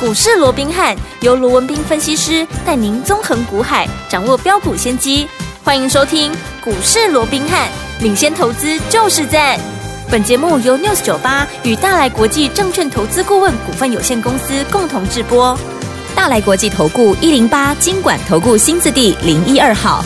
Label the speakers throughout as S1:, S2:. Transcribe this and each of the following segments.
S1: 股市罗宾汉由罗文斌分析师带您纵横股海，掌握标股先机。欢迎收听股市罗宾汉，领先投资就是赞。本节目由 News 九八与大来国际证券投资顾问股份有限公司共同制播。
S2: 大来国际投顾一零八金管投顾新字第零一二号。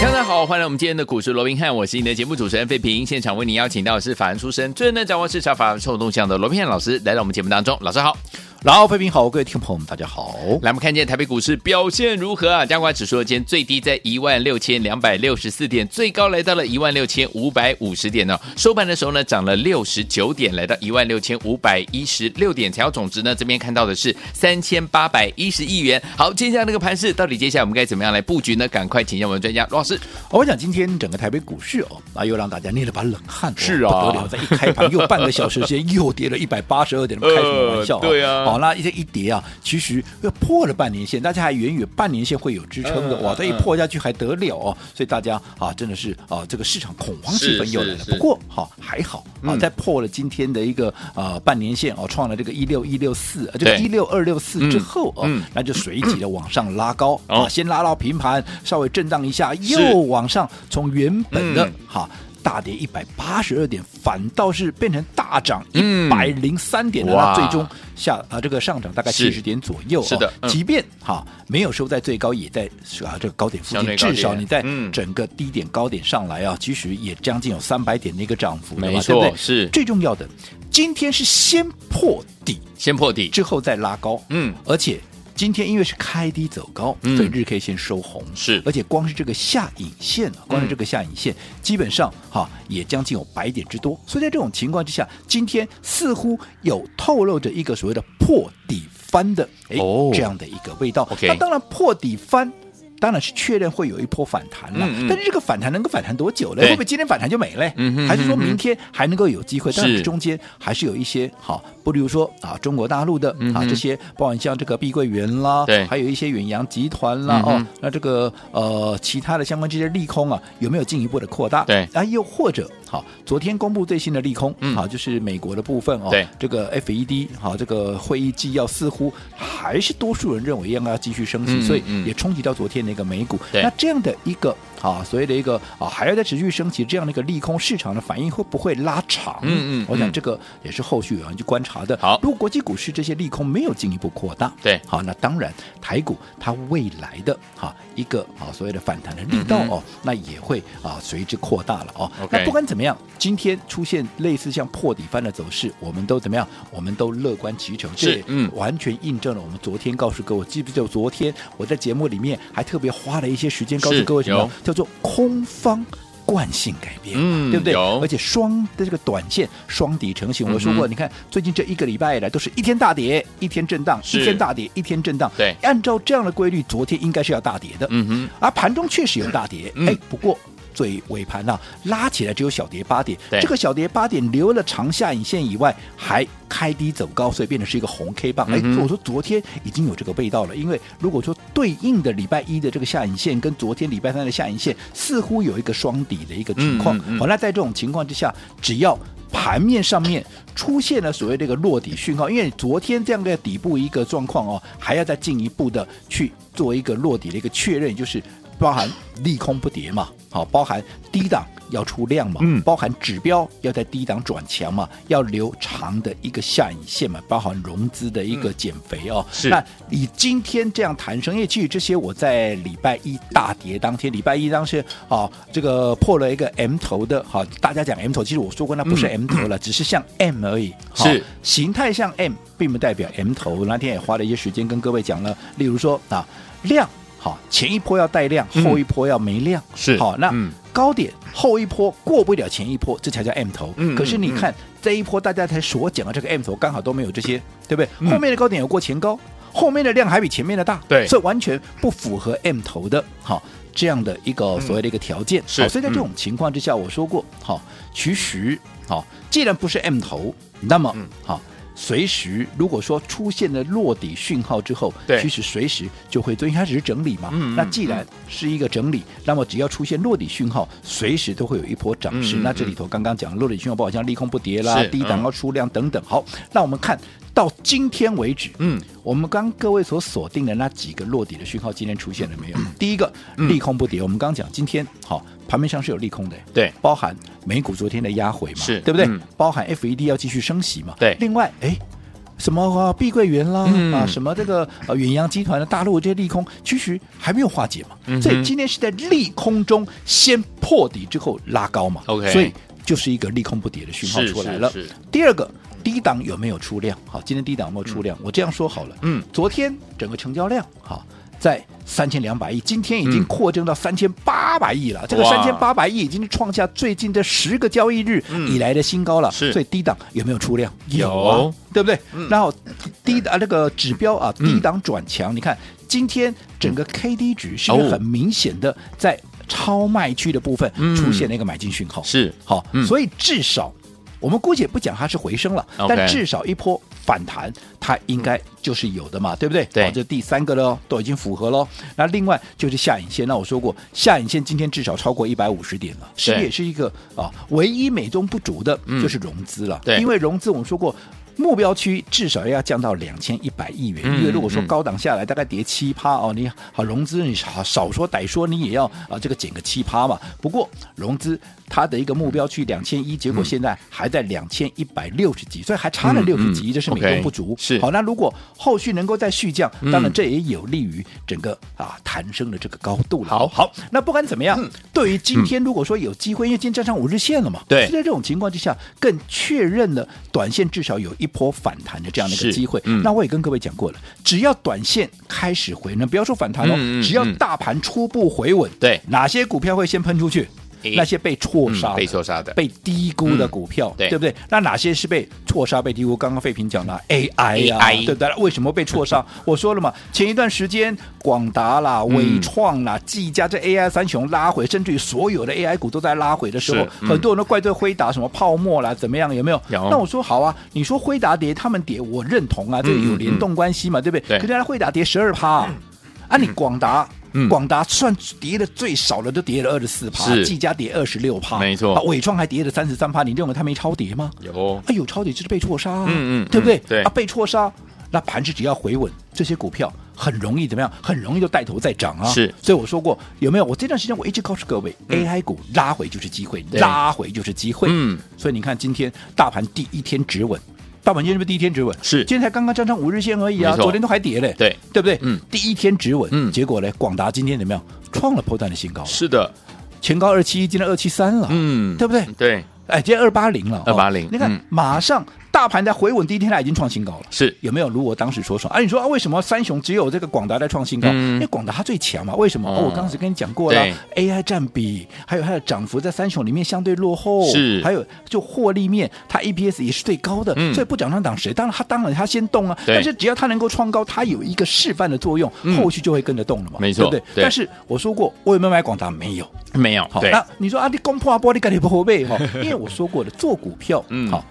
S3: 大家好，欢迎来我们今天的股市罗宾汉，我是你的节目主持人费平。现场为您邀请到的是法案出身、最能掌握市场法案臭动向的罗宾汉老师，来到我们节目当中。老师好，
S4: 然后，飞平好，各位听众朋友们，大家好。
S3: 来我们看见台北股市表现如何啊？加权指数今天最低在一万六千两百六十四点，最高来到了一万六千五百五十点呢、哦收盘的时候呢，涨了六十九点，来到一万六千五百一十六点。成交总值呢，这边看到的是三千八百一十亿元。好，接下来这个盘势到底接下来我们该怎么样来布局呢？赶快请教我们专家罗老师。
S4: 哦我想今天整个台北股市哦，啊，又让大家捏了把冷汗哦，
S3: 是啊
S4: 不得了，在一开盘又半个小时时间又跌了一百八十二点，开什么玩笑、
S3: 呃对啊
S4: 好、那一这一跌啊，其实又破了半年线，大家还远远半年线会有支撑的，
S3: 嗯
S4: 哇，这一
S3: 嗯
S4: 破下去还得了哦？所以大家啊，真的是啊，这个市场恐慌
S3: 是
S4: 气氛又来了
S3: 是。是
S4: 不过好、还好啊，
S3: 嗯
S4: 在破了今天的一个呃半年线哦，创了这个一六一六四，呃这个
S3: 对
S4: 一六二六四之
S3: 嗯
S4: 后哦，
S3: 嗯
S4: 那就随即的往上拉高、
S3: 哦
S4: 啊，先拉到平盘，稍微震荡一下，又往上，从原本的
S3: 嗯
S4: 哈。大跌一百八十二点，反倒是变成大涨一
S3: 嗯
S4: 百零三点的，
S3: 哇
S4: 那最终下啊这个上涨大概
S3: 是
S4: 七十点左右、哦。
S3: 是的嗯
S4: 即便哈没有收在最高，也在啊这个高点附
S3: 相对
S4: 近，
S3: 高点
S4: 至少你在
S3: 嗯
S4: 整个低点高点上来啊，其实也将近有三百点的一个涨幅了嘛，
S3: 没错
S4: 对不对
S3: 是
S4: 最重要的。今天是先破底，
S3: 先破底，
S4: 之后再拉高，
S3: 嗯
S4: 而且今天因为是开低走高，
S3: 嗯
S4: 所以日 K 线收红，
S3: 是嗯
S4: 而且光是这个下影线啊，光是这个下影线，基本上哈也将近有百点之多，所以在这种情况之下，今天似乎有透露着一个所谓的破底翻的哎、
S3: 哦
S4: 这样的一个味道。
S3: OK
S4: 那当然破底翻。当然是确认会有一波反弹了，
S3: 嗯嗯
S4: 但是这个反弹能够反弹多久呢？
S3: 对
S4: 会不会今天反弹就没了？
S3: 嗯哼
S4: 还是说
S3: 嗯哼
S4: 明天还能够有机会？但
S3: 是
S4: 是中间还是有一些好，不比如说啊，中国大陆的
S3: 嗯
S4: 啊
S3: 哼
S4: 这些，包含像这个碧桂园啦，
S3: 对
S4: 还有一些远洋集团啦，
S3: 嗯哼
S4: 哦，那这个呃其他的相关这些利空啊，有没有进一步的扩大？
S3: 对
S4: 啊，又或者好，昨天公布最新的利空，
S3: 嗯
S4: 好，就是美国的部分哦，
S3: 对
S4: 这个 FED 好，这个会议纪要似乎还是多数人认为应该要继续升息，
S3: 嗯
S4: 所以
S3: 嗯
S4: 也冲击到昨天的一个美股。
S3: 对
S4: 那这样的一个啊，所谓的一个啊，还要再持续升息这样的一个利空市场的反应会不会拉长？
S3: 嗯嗯
S4: 我想
S3: 嗯
S4: 这个也是后续有人去观察的。
S3: 好
S4: 如果国际股市这些利空没有进一步扩大，
S3: 对
S4: 好，那当然台股它未来的哈、一个啊所谓的反弹的力道
S3: 嗯哼
S4: 哦，那也会啊随之扩大了哦。
S3: OK
S4: 那不管怎么样，今天出现类似像破底翻的走势，我们都怎么样？我们都乐观其成，
S3: 是
S4: 这也
S3: 嗯
S4: 完全印证了我们昨天告诉各位，记不记得昨天我在节目里面还特别花了一些时间告
S3: 是
S4: 诉各位什
S3: 有
S4: 么叫做空方。惯性改变嘛，
S3: 嗯
S4: 对不对？
S3: 有
S4: 而且双的这个短线双底成型，我说
S3: 嗯
S4: 过，
S3: 哼
S4: 你看最近这一个礼拜以来都是一天大跌，一天震荡，
S3: 是
S4: 一天大跌，一天震荡。
S3: 对
S4: 按照这样的规律，昨天应该是要大跌的。
S3: 嗯哼，
S4: 而盘中确实有大跌，
S3: 嗯
S4: 哎、不过。最尾盘啊，拉起来只有小跌八点
S3: 对，
S4: 这个小跌八点留了长下影线以外，还开低走高，所以变成是一个红 K 棒。哎、
S3: 嗯哼
S4: 我说昨天已经有这个味道了，因为如果说对应的礼拜一的这个下影线跟昨天礼拜三的下影线似乎有一个双底的一个情况，哦
S3: 嗯嗯嗯
S4: 好，那在这种情况之下，只要盘面上面出现了所谓这个落底讯号，因为昨天这样的底部一个状况哦，还要再进一步的去做一个落底的一个确认，就是包含利空不跌嘛，好、包含低档要出量嘛，
S3: 嗯
S4: 包含指标要在低档转强嘛，要留长的一个下影线嘛，包含融资的一个减肥哦。
S3: 嗯是
S4: 那以今天这样弹升，因为其实这些我在礼拜一大跌当天，礼拜一当时啊，这个破了一个 M 头的，哈、大家讲 M 头，其实我说过那不是 M 头了，只是像 M 而已，哈
S3: 嗯是
S4: 形态像 M，并不代表 M 头。那天也花了一些时间跟各位讲了，例如说啊，量。好，前一波要带量，
S3: 嗯
S4: 后一波要没量。
S3: 是
S4: 好，那
S3: 嗯
S4: 高点后一波过不了前一波，这才叫 M 头。
S3: 嗯
S4: 可是你
S3: 嗯嗯
S4: 看这一波大家才所讲的这个 M 头，刚好都没有这些，对不对？
S3: 嗯
S4: 后面的高点有过前高，后面的量还比前面的大，
S3: 对
S4: 所以完全不符合 M 头的好这样的一个所谓的一个条件。
S3: 嗯是嗯
S4: 好所以在这种情况之下，我说过，好，其实好，既然不是 M 头，那么
S3: 嗯
S4: 好。随时，如果说出现了落底讯号之后，
S3: 对
S4: 其实随时就会做，因为它只是整理嘛。
S3: 嗯嗯
S4: 那既然是一个整理，那么只要出现落底讯号，随时都会有一波涨势。
S3: 嗯嗯
S4: 那这里头刚刚讲的落底讯号，包括像利空不跌啦
S3: 是、
S4: 低档啊
S3: 嗯
S4: 要出量等等。好，那我们看到今天为止，
S3: 嗯，
S4: 我们刚各位所锁定的那几个落底的讯号，今天出现了没
S3: 嗯
S4: 有？第一个利空不跌，我们刚讲今天好，盘面上是有利空的，
S3: 对
S4: 包含美股昨天的压回嘛，
S3: 是
S4: 对不对
S3: 嗯？
S4: 包含 FED 要继续升息嘛，
S3: 对
S4: 另外，哎。什么啊，碧桂园啦，
S3: 嗯
S4: 啊，什么这个呃远洋集团的大陆这些利空，其实还没有化解嘛，
S3: 嗯哼
S4: 所以今天是在利空中先破底之后拉高嘛
S3: OK
S4: 所以就是一个利空不跌的讯号
S3: 是
S4: 出来了。
S3: 是是
S4: 第二个，低档有没有出量？好，今天低档有没有出量？我这样说好了，
S3: 嗯，
S4: 昨天整个成交量好在三千两百亿，今天已经
S3: 嗯
S4: 扩增到三千八百亿了。这个
S3: 哇
S4: 三千八百亿已经是创下最近这十个交易日
S3: 嗯
S4: 以来的新高了。
S3: 是
S4: 所以低档有没有出量？
S3: 有
S4: 啊对不对？
S3: 嗯
S4: 然后低啊那个指标啊，
S3: 嗯
S4: 低档转强，你看今天整个 K D 值是
S3: 哦
S4: 不是很明显的在超卖区的部分
S3: 嗯
S4: 出现了一个买进讯号。
S3: 是
S4: 好
S3: 嗯，
S4: 所以至少我们姑且不讲它是回升了，
S3: OK
S4: 但至少一波反弹它应该就是有的嘛，对不对？
S3: 对
S4: 好这第三个喽，都已经符合喽。那另外就是下影线，那我说过，下影线今天至少超过一百五十点了，是不是
S3: 对嗯
S4: 也是一个啊唯一美中不足的就是融资了，
S3: 对
S4: 因为融资我们说过。目标区至少要降到两千一百亿元，
S3: 嗯
S4: 因为如果说
S3: 嗯
S4: 高档下来大概跌七趴哦，你好融资你少少说歹说你也要啊这个减个七趴嘛。不过融资它的一个目标去两千一，结果现在还在两千一百六十几，所以还差了
S3: 嗯
S4: 六十
S3: 嗯
S4: 几亿，这是美
S3: OK，
S4: 中不足。
S3: 是
S4: 好，那如果后续能够再续降，
S3: 嗯
S4: 当然这也有利于整个啊弹升的这个高度了。
S3: 好
S4: 好，那不管怎么样，
S3: 嗯
S4: 对于今天如果说有机会，因为今天站上五日线了嘛，
S3: 对
S4: 所以在这种情况之下，更确认了短线至少有一波反弹的这样的一个
S3: 是
S4: 机会。
S3: 嗯
S4: 那我也跟各位讲过了，只要短线开始回暖，不要说反弹哦，
S3: 嗯嗯
S4: 只要
S3: 嗯
S4: 大盘初步回稳，
S3: 对
S4: 哪些股票会先喷出去？
S3: 诶
S4: 那些被错杀的、
S3: 嗯被错杀的
S4: 被低估的股票，
S3: 嗯对
S4: 对不对？那哪些是被错杀、被低估？刚刚费平讲了 AI 呀、
S3: AI
S4: 对不对？为什么被错 杀？我说了嘛，前一段时间广达啦、
S3: 嗯
S4: 伟创啦、技嘉这 AI 三雄拉回，甚至于所有的 AI 股都在拉回的时候
S3: 是，嗯
S4: 很多人都怪罪辉达什么泡沫啦，怎么样？有没有？
S3: 有
S4: 那我说好啊，你说辉达跌，他们跌，我认同啊，这
S3: 嗯
S4: 有联动关系嘛，对不对？
S3: 对
S4: 可是它辉达跌十二趴啊，啊你广达。
S3: 嗯
S4: 广达算跌的最少的，都跌了二十四趴，
S3: 是
S4: 技嘉跌二十六趴，
S3: 没错
S4: 啊伟创还跌了三十三趴，你认为它没超跌吗？
S3: 有
S4: 啊，有超跌就是被错杀、啊，
S3: 嗯嗯
S4: 对不对？
S3: 嗯对
S4: 啊，被错杀，那盘子只要回稳，这些股票很容易怎么样？很容易就带头再涨啊。
S3: 是嗯
S4: 所以我说过，有没有？我这段时间我一直告诉各位、a i 股拉回就是机会，
S3: 对
S4: 拉回就是机会。
S3: 嗯，
S4: 所以你看今天大盘第一天止稳。大盘今天是不是第一天止稳？
S3: 是
S4: 今天才刚刚站上五日线而已啊，
S3: 没错
S4: 昨天都还跌嘞，
S3: 对
S4: 对不对？
S3: 嗯，
S4: 第一天止稳，
S3: 嗯
S4: 结果呢，广达今天怎么样？创了破断的新高，
S3: 是的，
S4: 前高二七一，今天二七三了，
S3: 嗯，
S4: 对不对？
S3: 对，
S4: 哎，今天二八零了，哦
S3: 280
S4: 你看、
S3: 嗯
S4: 马上大盘在回稳第一天，它已经创新高了。
S3: 是
S4: 有没有？如我当时所说啊，你说啊，为什么三雄只有这个广达在创新高？
S3: 嗯
S4: 因为广达它最强嘛。为什么？哦
S3: 哦，
S4: 我当时跟你讲过了，AI 占比，还有它的涨幅在三雄里面相对落后，
S3: 是
S4: 还有就获利面，它 EPS 也是最高的，
S3: 嗯
S4: 所以不涨上涨谁？当然它当然它先动啊，
S3: 对
S4: 但是只要它能够创高，它有一个示范的作用，
S3: 嗯
S4: 后续就会跟着动了嘛，
S3: 没错
S4: 对不对？
S3: 对
S4: 但是我说过，我有没有买广达？没有，
S3: 没有
S4: 好，
S3: 对，
S4: 那你说啊，你攻破玻璃盖你不后 背哈？因为我说过了，做股票，
S3: 嗯
S4: 好，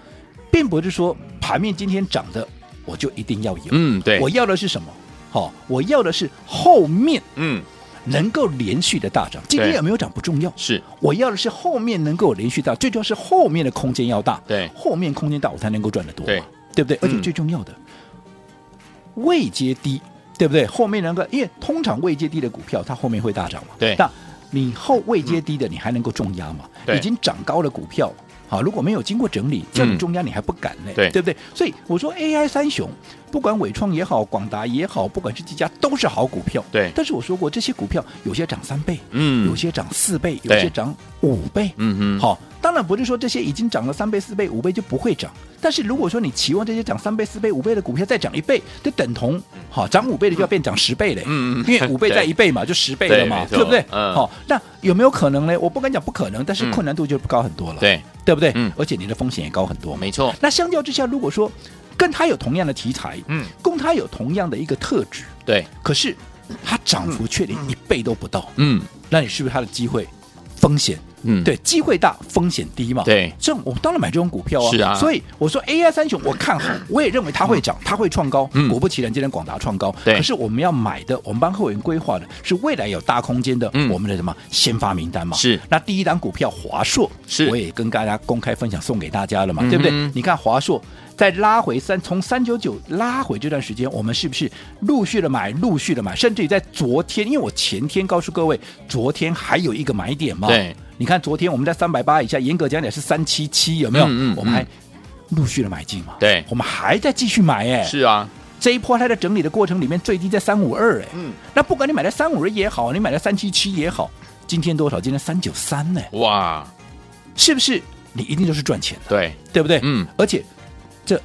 S4: 并不是说盘面今天涨的我就一定要有，
S3: 嗯，对
S4: 我，要的是什么？好，我要的是后面
S3: 嗯，
S4: 能够连续的大涨。今天
S3: 对
S4: 有没有涨不重要，
S3: 是
S4: 我要的是后面能够连续大，最重要是后面的空间要大，
S3: 对
S4: 后面空间大我才能够赚得多嘛，
S3: 对
S4: 对不对？而且
S3: 嗯
S4: 最重要的，位阶低，对不对？后面能够，因为通常位阶低的股票，它后面会大涨嘛，
S3: 对
S4: 那你后位阶低的，你还能够重压嘛？
S3: 对
S4: 已经涨高的股票。好，如果没有经过整理，叫你
S3: 嗯
S4: 中压你还不敢呢、
S3: 对
S4: 对不对？所以我说 AI 三雄，不管伟创也好，广达也好，不管是技嘉，都是好股票。
S3: 对
S4: 但是我说过，这些股票有些涨三倍，
S3: 嗯
S4: 有些涨四倍，有
S3: 对
S4: 些涨五倍。
S3: 嗯哼，
S4: 好，当然不是说这些已经涨了三倍、四倍、五倍就不会涨，但是如果说你期望这些涨三倍、四倍、五倍的股票再涨一倍，就等同好涨五倍的就要变涨十倍嘞，
S3: 嗯嗯
S4: 因为五倍
S3: 对
S4: 再一倍嘛，就十倍了嘛，
S3: 对没错
S4: 对不对？
S3: 嗯
S4: 好，那有没有可能呢？我不敢讲不可能，但是
S3: 嗯
S4: 困难度就高很多了，
S3: 对，
S4: 对不对？
S3: 嗯
S4: 而且你的风险也高很多嘛。
S3: 没错，
S4: 那相较之下，如果说跟它有同样的题材，
S3: 嗯，
S4: 跟它有同样的一个特质，
S3: 对，
S4: 可是它涨幅却连一倍都不到，
S3: 嗯
S4: 那你是不是它的机会风险？
S3: 嗯，
S4: 对，机会大，风险低嘛。
S3: 对
S4: 这种我当然买这种股票啊。
S3: 是啊
S4: 所以我说 AI 三雄我看好，我也认为它会涨，它会创高。
S3: 嗯
S4: 果不其然，今天广达创高。
S3: 对
S4: 可是我们要买的，我们帮会员规划的是未来有大空间的
S3: 嗯，
S4: 我们的什么先发名单嘛。
S3: 是
S4: 那第一档股票华硕，
S3: 是
S4: 我也跟大家公开分享送给大家了嘛，
S3: 嗯哼
S4: 对不对？你看华硕在拉回三，从三九九拉回这段时间，我们是不是陆续的买，陆续的买，甚至于在昨天，因为我前天告诉各位，昨天还有一个买点嘛，
S3: 对，
S4: 你看昨天我们在三百八以下，严格讲讲是三七七，有没有？
S3: 嗯嗯嗯
S4: 我们还陆续的买进嘛，
S3: 对
S4: 我们还在继续买哎、
S3: 是啊，
S4: 这一波它在整理的过程里面，最低在三五二，哎，
S3: 嗯，
S4: 那不管你买在三五二也好，你买在三七七也好，今天多少？今天三九三呢，
S3: 哇，
S4: 是不是？你一定都是赚钱的，
S3: 对，
S4: 对不对？
S3: 嗯，
S4: 而且这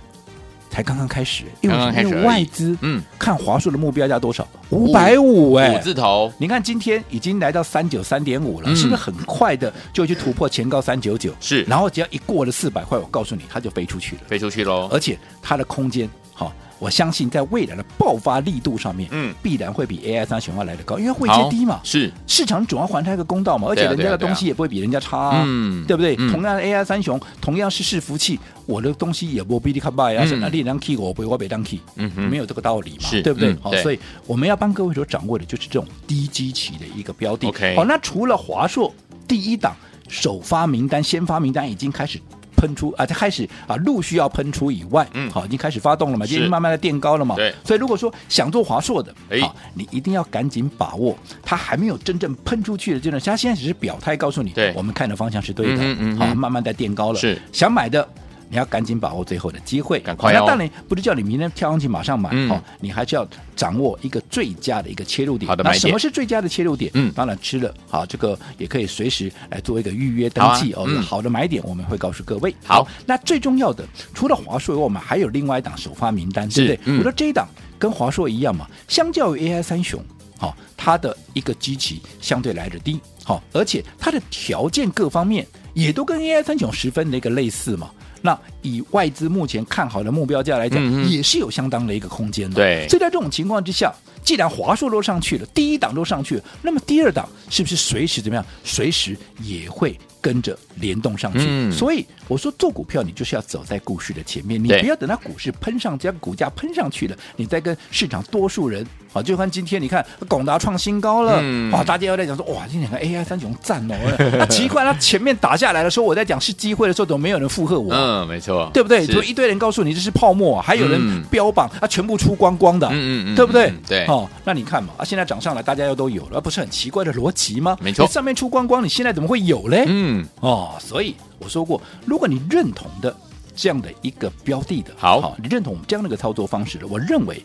S4: 才刚刚开始，因为
S3: 刚刚开始
S4: 因
S3: 而
S4: 为
S3: 已
S4: 外资
S3: 嗯，
S4: 看华硕的目标价多少？五百五，
S3: 五
S4: 哎。
S3: 字头，
S4: 你看，今天已经来到三九三点五了，
S3: 嗯
S4: 是不是很快的就去突破前高三九九？
S3: 是
S4: 然后只要一过了四百块，我告诉你，它就飞出去了。
S3: 飞出去喽，
S4: 而且它的空间，好、我相信在未来的爆发力度上面，
S3: 嗯
S4: 必然会比 AI 三雄要来得高，因为会
S3: 好
S4: 阶低嘛，
S3: 是，
S4: 市场总要还它一个公道嘛，而且
S3: 对啊
S4: 人家
S3: 对啊
S4: 的
S3: 对啊
S4: 东西也不会比人家差、啊，
S3: 嗯
S4: 对不对？
S3: 嗯
S4: 同样的 AI 三雄，同样是伺服器，我的东西也不比你卡败啊，
S3: 嗯
S4: 是那你能 key 我不会，我别当 key，
S3: 嗯哼
S4: 没有这个道理嘛
S3: 是，
S4: 对不对
S3: 嗯？
S4: 好，
S3: 对
S4: 所以我们要帮各位所掌握的就是这种低基期的一个标的。
S3: OK
S4: 好，那除了华硕第一档首发名单、先发名单已经开始。喷出啊，它开始啊，陆续要喷出以外，
S3: 嗯
S4: 好，已经开始发动了嘛，
S3: 是
S4: 今天慢慢的垫高了嘛，
S3: 对
S4: 所以如果说想做华硕的，
S3: 哎
S4: 好，你一定要赶紧把握它还没有真正喷出去的阶段，它现在只是表态告诉你，
S3: 对
S4: 我们看的方向是对的，
S3: 嗯哼嗯哼
S4: 好，慢慢在垫高了，
S3: 是
S4: 想买的。你要赶紧把握最后的机会，
S3: 赶快
S4: 好
S3: 哦
S4: 那当然不是叫你明天跳上去马上买，
S3: 嗯
S4: 哦，你还是要掌握一个最佳的一个切入点。
S3: 好的
S4: 那
S3: 买点
S4: 什么是最佳的切入点？
S3: 嗯
S4: 当然吃了，好，这个也可以随时来做一个预约登记、
S3: 好啊
S4: 哦。
S3: 嗯
S4: 有好的买点我们会告诉各位。
S3: 好
S4: 那最重要的，除了华硕以外，我们还有另外一档首发名单，对不对
S3: 是？嗯
S4: 我说这一档跟华硕一样嘛，相较于 AI 三雄，好、它的一个基期相对来的低，好、而且它的条件各方面也都跟 AI 三雄十分的一个类似嘛。那以外资目前看好的目标价来讲，
S3: 嗯嗯
S4: 也是有相当的一个空间的。
S3: 对
S4: 所以在这种情况之下，既然华硕都上去了，第一档都上去了，那么第二档是不是随时怎么样？随时也会跟着联动上去。
S3: 嗯
S4: 所以我说做股票，你就是要走在股市的前面，你
S3: 对
S4: 不要等到股市喷上，将股价喷上去了，你再跟市场多数人。好，就看今天你看广达创新高了，啊
S3: 嗯
S4: 哇，大家又在讲说，哇，这两个 AI 三雄赞哦。 那奇怪，那前面打下来的时候，我在讲是机会的时候，怎么没有人附和我啊？
S3: 嗯，没错，
S4: 对不对？
S3: 是
S4: 怎么一堆人告诉你这是泡沫啊、还有
S3: 嗯
S4: 人标榜、啊，全部出光光的，
S3: 嗯嗯嗯
S4: 对不对
S3: 嗯嗯？对
S4: 哦，那你看嘛，啊，现在涨上来，大家又都有了，啊不是很奇怪的逻辑吗？
S3: 没错
S4: 你上面出光光，你现在怎么会有嘞？
S3: 嗯，
S4: 哦，所以我说过，如果你认同的这样的一个标的的，
S3: 好
S4: 你认同我们这样的一个操作方式的，我认为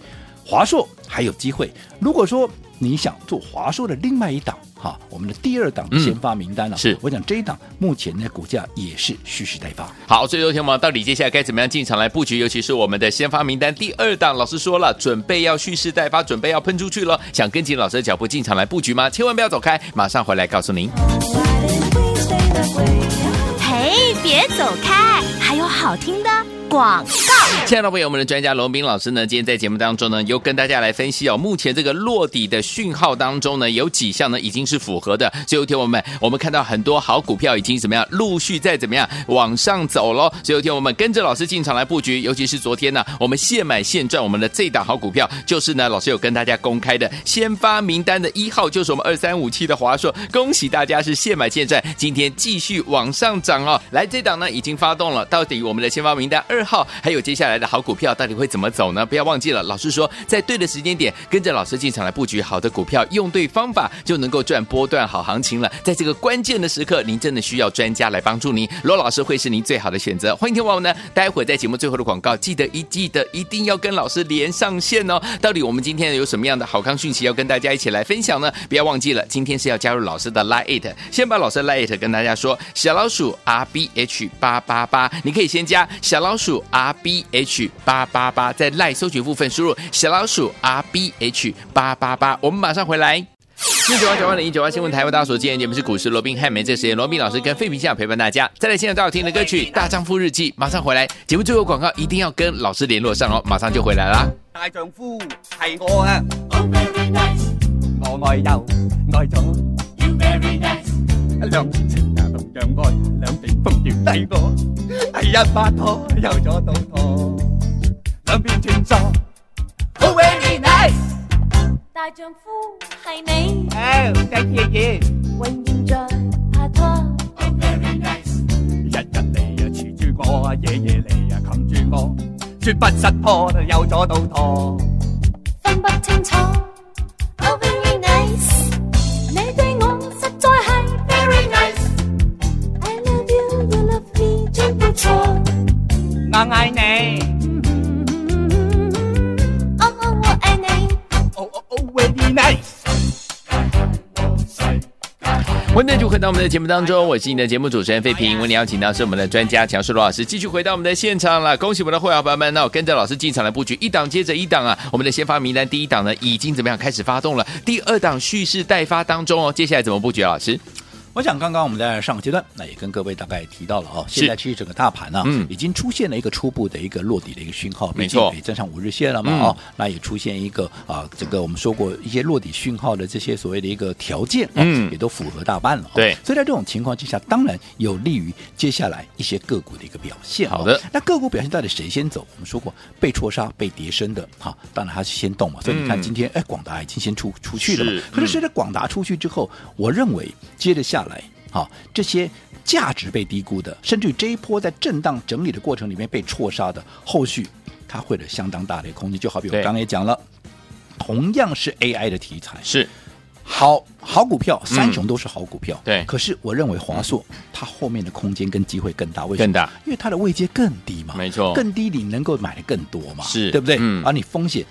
S4: 华硕还有机会。如果说你想做华硕的另外一档，哈，我们的第二档的
S3: 嗯
S4: 先发名单了、
S3: 是
S4: 我讲这一档目前的股价也是蓄势待发。
S3: 好，所以有天王到底接下来该怎么样进场来布局？尤其是我们的先发名单第二档，老师说了，准备要蓄势待发，准备要喷出去了。想跟紧老师的脚步进场来布局吗？千万不要走开，马上回来告诉您。
S1: 嘿，别走开，还有好听的广。
S3: 亲爱的朋友们，我们的专家龙斌老师呢，今天在节目当中呢，又跟大家来分析哦，目前这个落底的讯号当中呢，有几项呢已经是符合的。所以，有天我们我们看到很多好股票已经怎么样，陆续在怎么样往上走喽。所以，有天我们跟着老师进场来布局，尤其是昨天呢，我们现买现赚，我们的这档好股票就是呢，老师有跟大家公开的先发名单的一号就是我们二三五七的华硕，恭喜大家是现买现赚，今天继续往上涨哦。来，这档呢已经发动了，到底我们的先发名单二号还有接下来的好股票到底会怎么走呢？不要忘记了，老师说在对的时间点跟着老师进场来布局好的股票，用对方法就能够赚波段好行情了。在这个关键的时刻，您真的需要专家来帮助您，罗老师会是您最好的选择。欢迎听我们呢，待会儿在节目最后的广告，记得一记得一定要跟老师连上线哦。到底我们今天有什么样的好康讯息要跟大家一起来分享呢？不要忘记了，今天是要加入老师的 Line It，先把老师的 Line It 跟大家说，小老鼠 R B H 八八八，你可以先加小老鼠 R B H 八八八，在 Line 搜取部分输入小老鼠 R B H 八八八，我们马上回来。一九八九万零一九八新闻台为大家所见，节目是股市罗宾汉梅，这时间罗宾老师跟费平下陪伴大家。再来现在到听的歌曲《大丈夫日记》，马上回来。节目最后广告一定要跟老师联络上哦，马上就回来啦。
S5: 大丈夫系我啊！我愛右，愛左，兩邊情啊同樣愛，兩地風調低我，係一把拖，右左倒拖，兩邊穿梭。Oh very nice，
S6: 大丈夫系你，
S5: 好，睇嘢嘢，
S6: 永遠在拍拖。
S5: Oh very nice，夜夜嚟啊擒住我，絕不失拖，有咗到拖。
S6: 分不清楚。Overly nice，你對我實在係 very nice。I love you, you love me，真不錯。
S5: 我愛你，
S6: 哦哦，我愛你。
S5: 哦哦哦，very Oh, nice。
S3: 欢迎继续回到我们的节目当中，我是你的节目主持人费平。为你邀请到是我们的专家强叔罗老师，继续回到我们的现场了。恭喜我们的会员伙伴们哦，跟着老师进场来布局，一档接着一档啊。我们的先发名单第一档呢已经怎么样开始发动了，第二档蓄势待发当中哦。接下来怎么布局啊，老师？
S4: 我想刚刚我们在上个阶段，那也跟各位大概提到了哦，
S3: 是
S4: 现在其实整个大盘呢、
S3: 嗯
S4: 已经出现了一个初步的一个落底的一个讯号，
S3: 没错
S4: 毕竟也站上五日线了嘛
S3: 嗯
S4: 哦，那也出现一个啊，整个我们说过一些落底讯号的这些所谓的一个条件，哦
S3: 嗯
S4: 也都符合大半了、哦，
S3: 对
S4: 所以在这种情况之下，当然有利于接下来一些个股的一个表现、啊
S3: 好的，
S4: 那个股表现到底谁先走？我们说过被戳杀、被跌升的，哈、当然它是先动嘛，所以你看
S3: 嗯
S4: 今天，哎、广达已经先出出去了嘛
S3: 是，
S4: 可是
S3: 嗯
S4: 随着广达出去之后，我认为接着下来，好、这些价值被低估的，甚至于这一波在震荡整理的过程里面被错杀的，后续它会有相当大的空间。就好比我
S3: 对
S4: 刚刚也讲了，同样是 AI 的题材，
S3: 是
S4: 好好股票，三雄都是好股票。
S3: 嗯对
S4: 可是我认为华硕它后面的空间跟机会更大，为什么？
S3: 更大，
S4: 因为它的位阶更低嘛，
S3: 没错
S4: 更低你能够买的更多嘛，
S3: 哦是
S4: 对不对？
S3: 嗯
S4: 而你风险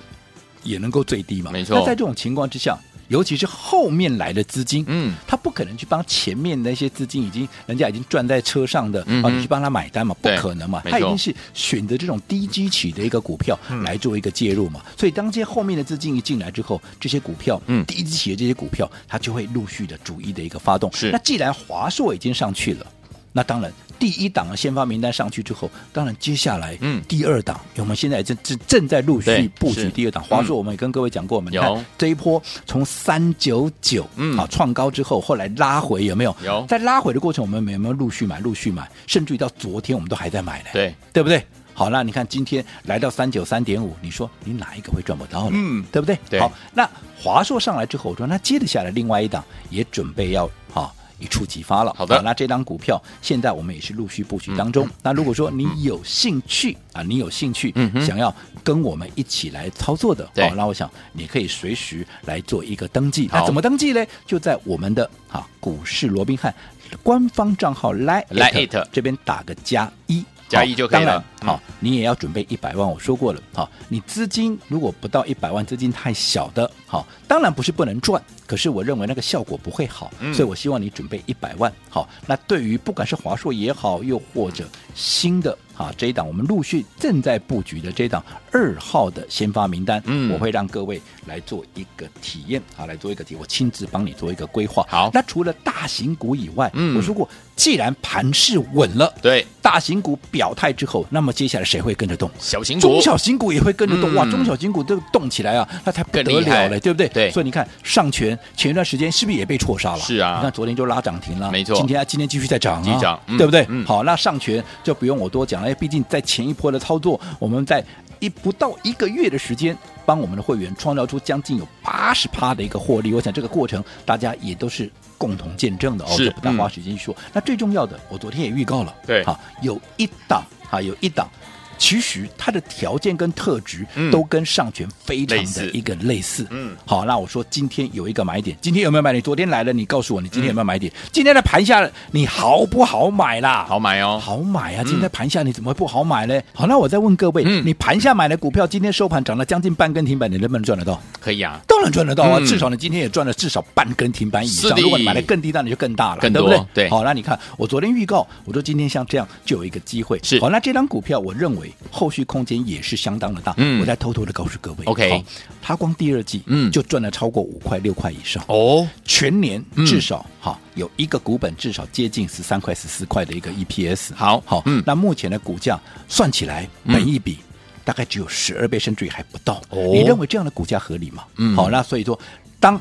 S4: 也能够最低嘛，
S3: 没错
S4: 那在这种情况之下。尤其是后面来的资金，
S3: 嗯，
S4: 他不可能去帮前面那些资金已经人家已经赚在车上的，
S3: 嗯
S4: 啊，
S3: 哼
S4: 你去帮他买单嘛，不
S3: 对
S4: 可能嘛，
S3: 没
S4: 他一
S3: 错
S4: 定是选择这种低基企的一个股票来做一个介入嘛。所以当这些后面的资金一进来之后，这些股票，
S3: 嗯
S4: 低基企的这些股票，它就会陆续的逐一的一个发动。
S3: 是
S4: 那既然华硕已经上去了，那当然。第一档的先发名单上去之后，当然接下来，
S3: 嗯
S4: 第二档我们现在正正正在陆
S3: 对
S4: 续布
S3: 是嗯
S4: 局第二档。华硕我们也跟各位讲过，我们
S3: 有
S4: 看这一波从三九九，
S3: 嗯
S4: 好创高之后，后来拉回有没有？
S3: 有
S4: 在拉回的过程，我们有没有陆续买？陆续买，甚至于到昨天我们都还在买呢。
S3: 对，
S4: 对不对？好，那你看今天来到三九三点五，你说你哪一个会赚不到呢？
S3: 嗯
S4: 对不对？
S3: 对
S4: 好，那华硕上来之后，我说那接着下来另外一档也准备要哈、一触即发了。
S3: 好的
S4: 那这档股票现在我们也是陆续布局当中。那如果说你有兴趣、啊，你有兴趣、
S3: 嗯哼
S4: 想要跟我们一起来操作的，
S3: 对
S4: 好，那我想你可以随时来做一个登记。
S3: 好
S4: 那怎么登记呢？就在我们的哈、股市罗宾汉官方账号 Lite
S3: Lite
S4: 这边打个加一。
S3: 加
S4: 好
S3: 一就可以了
S4: 当然
S3: 嗯
S4: 好，你也要准备一百万。我说过了，好，你资金如果不到一百万，资金太小的，好，当然不是不能赚，可是我认为那个效果不会好，
S3: 嗯
S4: 所以我希望你准备一百万。好，那对于不管是华硕也好，又或者新的啊这一档，我们陆续正在布局的这一档二号的先发名单，
S3: 嗯
S4: 我会让各位来做一个体验，好，来做一个体，我亲自帮你做一个规划。
S3: 好
S4: 那除了大型股以外，
S3: 嗯
S4: 我说过，既然盘势稳了。
S3: 对，
S4: 大型股表态之后，那么接下来谁会跟着动？
S3: 小型股
S4: 中小型股也会跟着动、
S3: 嗯
S4: 哇！中小型股都动起来啊，那才不
S3: 更
S4: 得
S3: 厉害
S4: 了嘞，对不对？
S3: 对
S4: 所以你看上权前一段时间是不是也被错杀了？
S3: 是啊
S4: 你看昨天就拉涨停了，
S3: 没错
S4: 今天今天继续在涨、啊，
S3: 继续涨嗯
S4: 对不对？
S3: 嗯
S4: 好，那上权就不用我多讲了，因哎为毕竟在前一波的操作，我们在一不到一个月的时间。帮我们的会员创造出将近有八十趴的一个获利，我想这个过程大家也都是共同见证的哦，
S3: 是
S4: 就不太
S3: 嗯
S4: 花时间去说。那最重要的，我昨天也预告了，
S3: 对
S4: 好，啊有一档啊，有一档，其实它的条件跟特质
S3: 嗯
S4: 都跟上权非常
S3: 类似
S4: 的一个类似。
S3: 嗯，
S4: 好，那我说今天有一个买点，今天有没有买点？昨天来了，你告诉我你今天有没有买点？今天的盘下你好不好买啦？
S3: 好买哦，
S4: 好买啊！今天盘下你怎么会不好买呢？好，那我再问各位，
S3: 嗯
S4: 你盘下买的股票，今天收盘涨了将近半根停板，你能不能赚得到？
S3: 可以啊，
S4: 当然赚得到啊，
S3: 嗯
S4: 至少你今天也赚了至少半根停板以
S3: 是
S4: 上。
S3: 的
S4: 如果你买的更低，那你就更大了，
S3: 更
S4: 对
S3: 多
S4: 不对？
S3: 对
S4: 好，那你看，我昨天预告，我说今天像这样就有一个机会。
S3: 是
S4: 好，那这张股票，我认为后续空间也是相当的大。
S3: 嗯
S4: 我再偷偷的告诉各位
S3: OK
S4: 好它光第二季，
S3: 嗯
S4: 就赚了超过五块六块以上。
S3: 哦，
S4: 全年
S3: 嗯
S4: 至少哈、有一个股本至少接近十三块十四块的一个 EPS，
S3: 好
S4: 好、
S3: 嗯
S4: 那目前的股价算起来本一比。大概只有十二倍，甚至于还不到。
S3: 哦
S4: 你认为这样的股价合理吗？
S3: 嗯
S4: 好，那所以说，当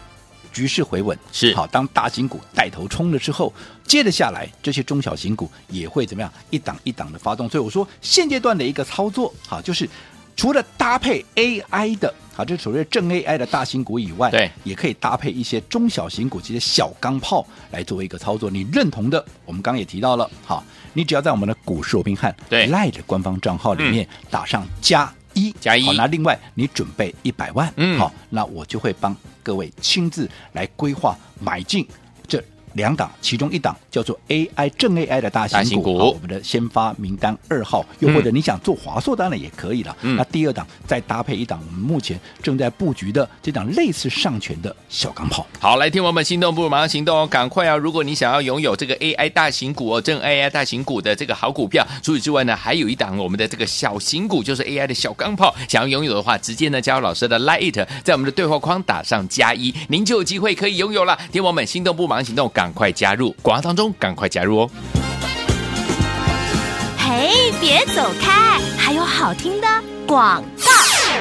S4: 局势回稳
S3: 是
S4: 好，当大型股带头冲了之后，接着下来这些中小型股也会怎么样一档一档的发动。所以我说，现阶段的一个操作，好，就是除了搭配 AI 的，好，这是所谓正 AI 的大型股以外，
S3: 对
S4: 也可以搭配一些中小型股，这些小钢炮来作为一个操作。你认同的，我们刚刚也提到了，好，你只要在我们的股市罗宾汉
S3: 对嗯
S4: 赖的官方账号里面打上加一
S3: 加一
S4: 好，那另外你准备一百万，
S3: 嗯
S4: 好，那我就会帮各位亲自来规划买进这两档，其中一档叫做 AI 正 AI 的大型
S3: 大
S4: 股，
S3: 型股
S4: 好我们的先发名单二号，又
S3: 嗯
S4: 或者你想做华硕，当然也可以了。
S3: 嗯
S4: 那第二档再搭配一档我们目前正在布局的这档类似上权的小钢炮。
S3: 好，来，听我们心动不如马上行动哦，赶快啊！如果你想要拥有这个 AI 大型股哦，正 AI 大型股的这个好股票，除此之外呢，还有一档我们的这个小型股，就是 AI 的小钢炮，想要拥有的话，直接呢加入老师的 Lite，在我们的对话框打上加一，您就有机会可以拥有了。听我们心动不如马上行动，赶快加入广告当中，赶快加入哦。
S1: 嘿，别走开，还有好听的广告。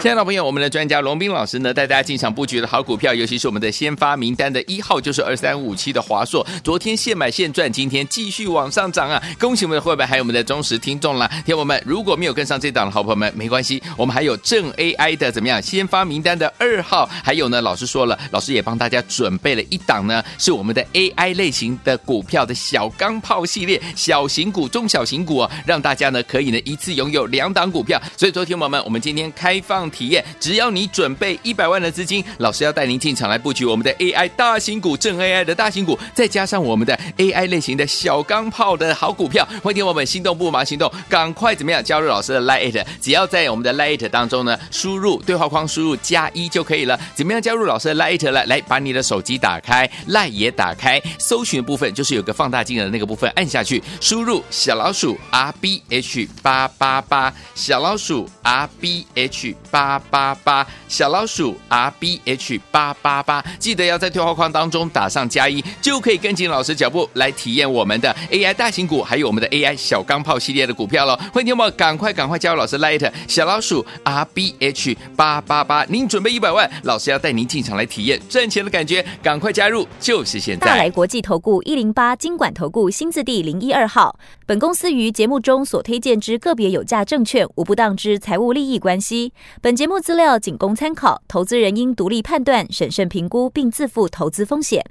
S3: 亲爱的朋友，我们的专家龙斌老师呢，带大家进场布局的好股票，尤其是我们的先发名单的一号，就是二三五七的华硕，昨天现买现赚，今天继续往上涨啊！恭喜我们的会员，还有我们的忠实听众啦！听友们，如果没有跟上这档的好朋友们，没关系，我们还有正 AI 的怎么样？先发名单的二号，还有呢，老师说了，老师也帮大家准备了一档呢，是我们的 AI 类型的股票的小钢炮系列，小型股、中小型股哦，让大家呢可以呢一次拥有两档股票。所以，昨天我们我们今天开放体验，只要你准备一百万的资金，老师要带您进场来布局我们的 AI 大型股、正 AI 的大型股，再加上我们的 AI 类型的小钢炮的好股票。欢迎听我们心动不忙行动，赶快怎么样加入老师的 Lite？只要在我们的 Lite 当中呢，输入对话框输入加一就可以了。怎么样加入老师的 Lite 来？来，把你的手机打开，Lite 也打开，搜寻部分就是有个放大镜的那个部分，按下去，输入小老鼠 R B H 八八八，小老鼠 R B H 八八八，小老鼠 R B H 八八八，记得要在对话框当中打上加一，就可以跟紧老师脚步来体验我们的 AI 大型股，还有我们的 AI 小钢炮系列的股票喽。欢迎听众朋友赶快赶快加入老师 Lite 小老鼠 R B H 八八八，您准备一百万，老师要带您进场来体验赚钱的感觉，赶快加入，就是现
S2: 大
S3: 在
S2: 来。国际投顾一零八金管投顾新字第零一二号。本公司于节目中所推荐之个别有价证券，无不当之财务利益关系。本节目资料仅供参考，投资人应独立判断、审慎评估，并自负投资风险。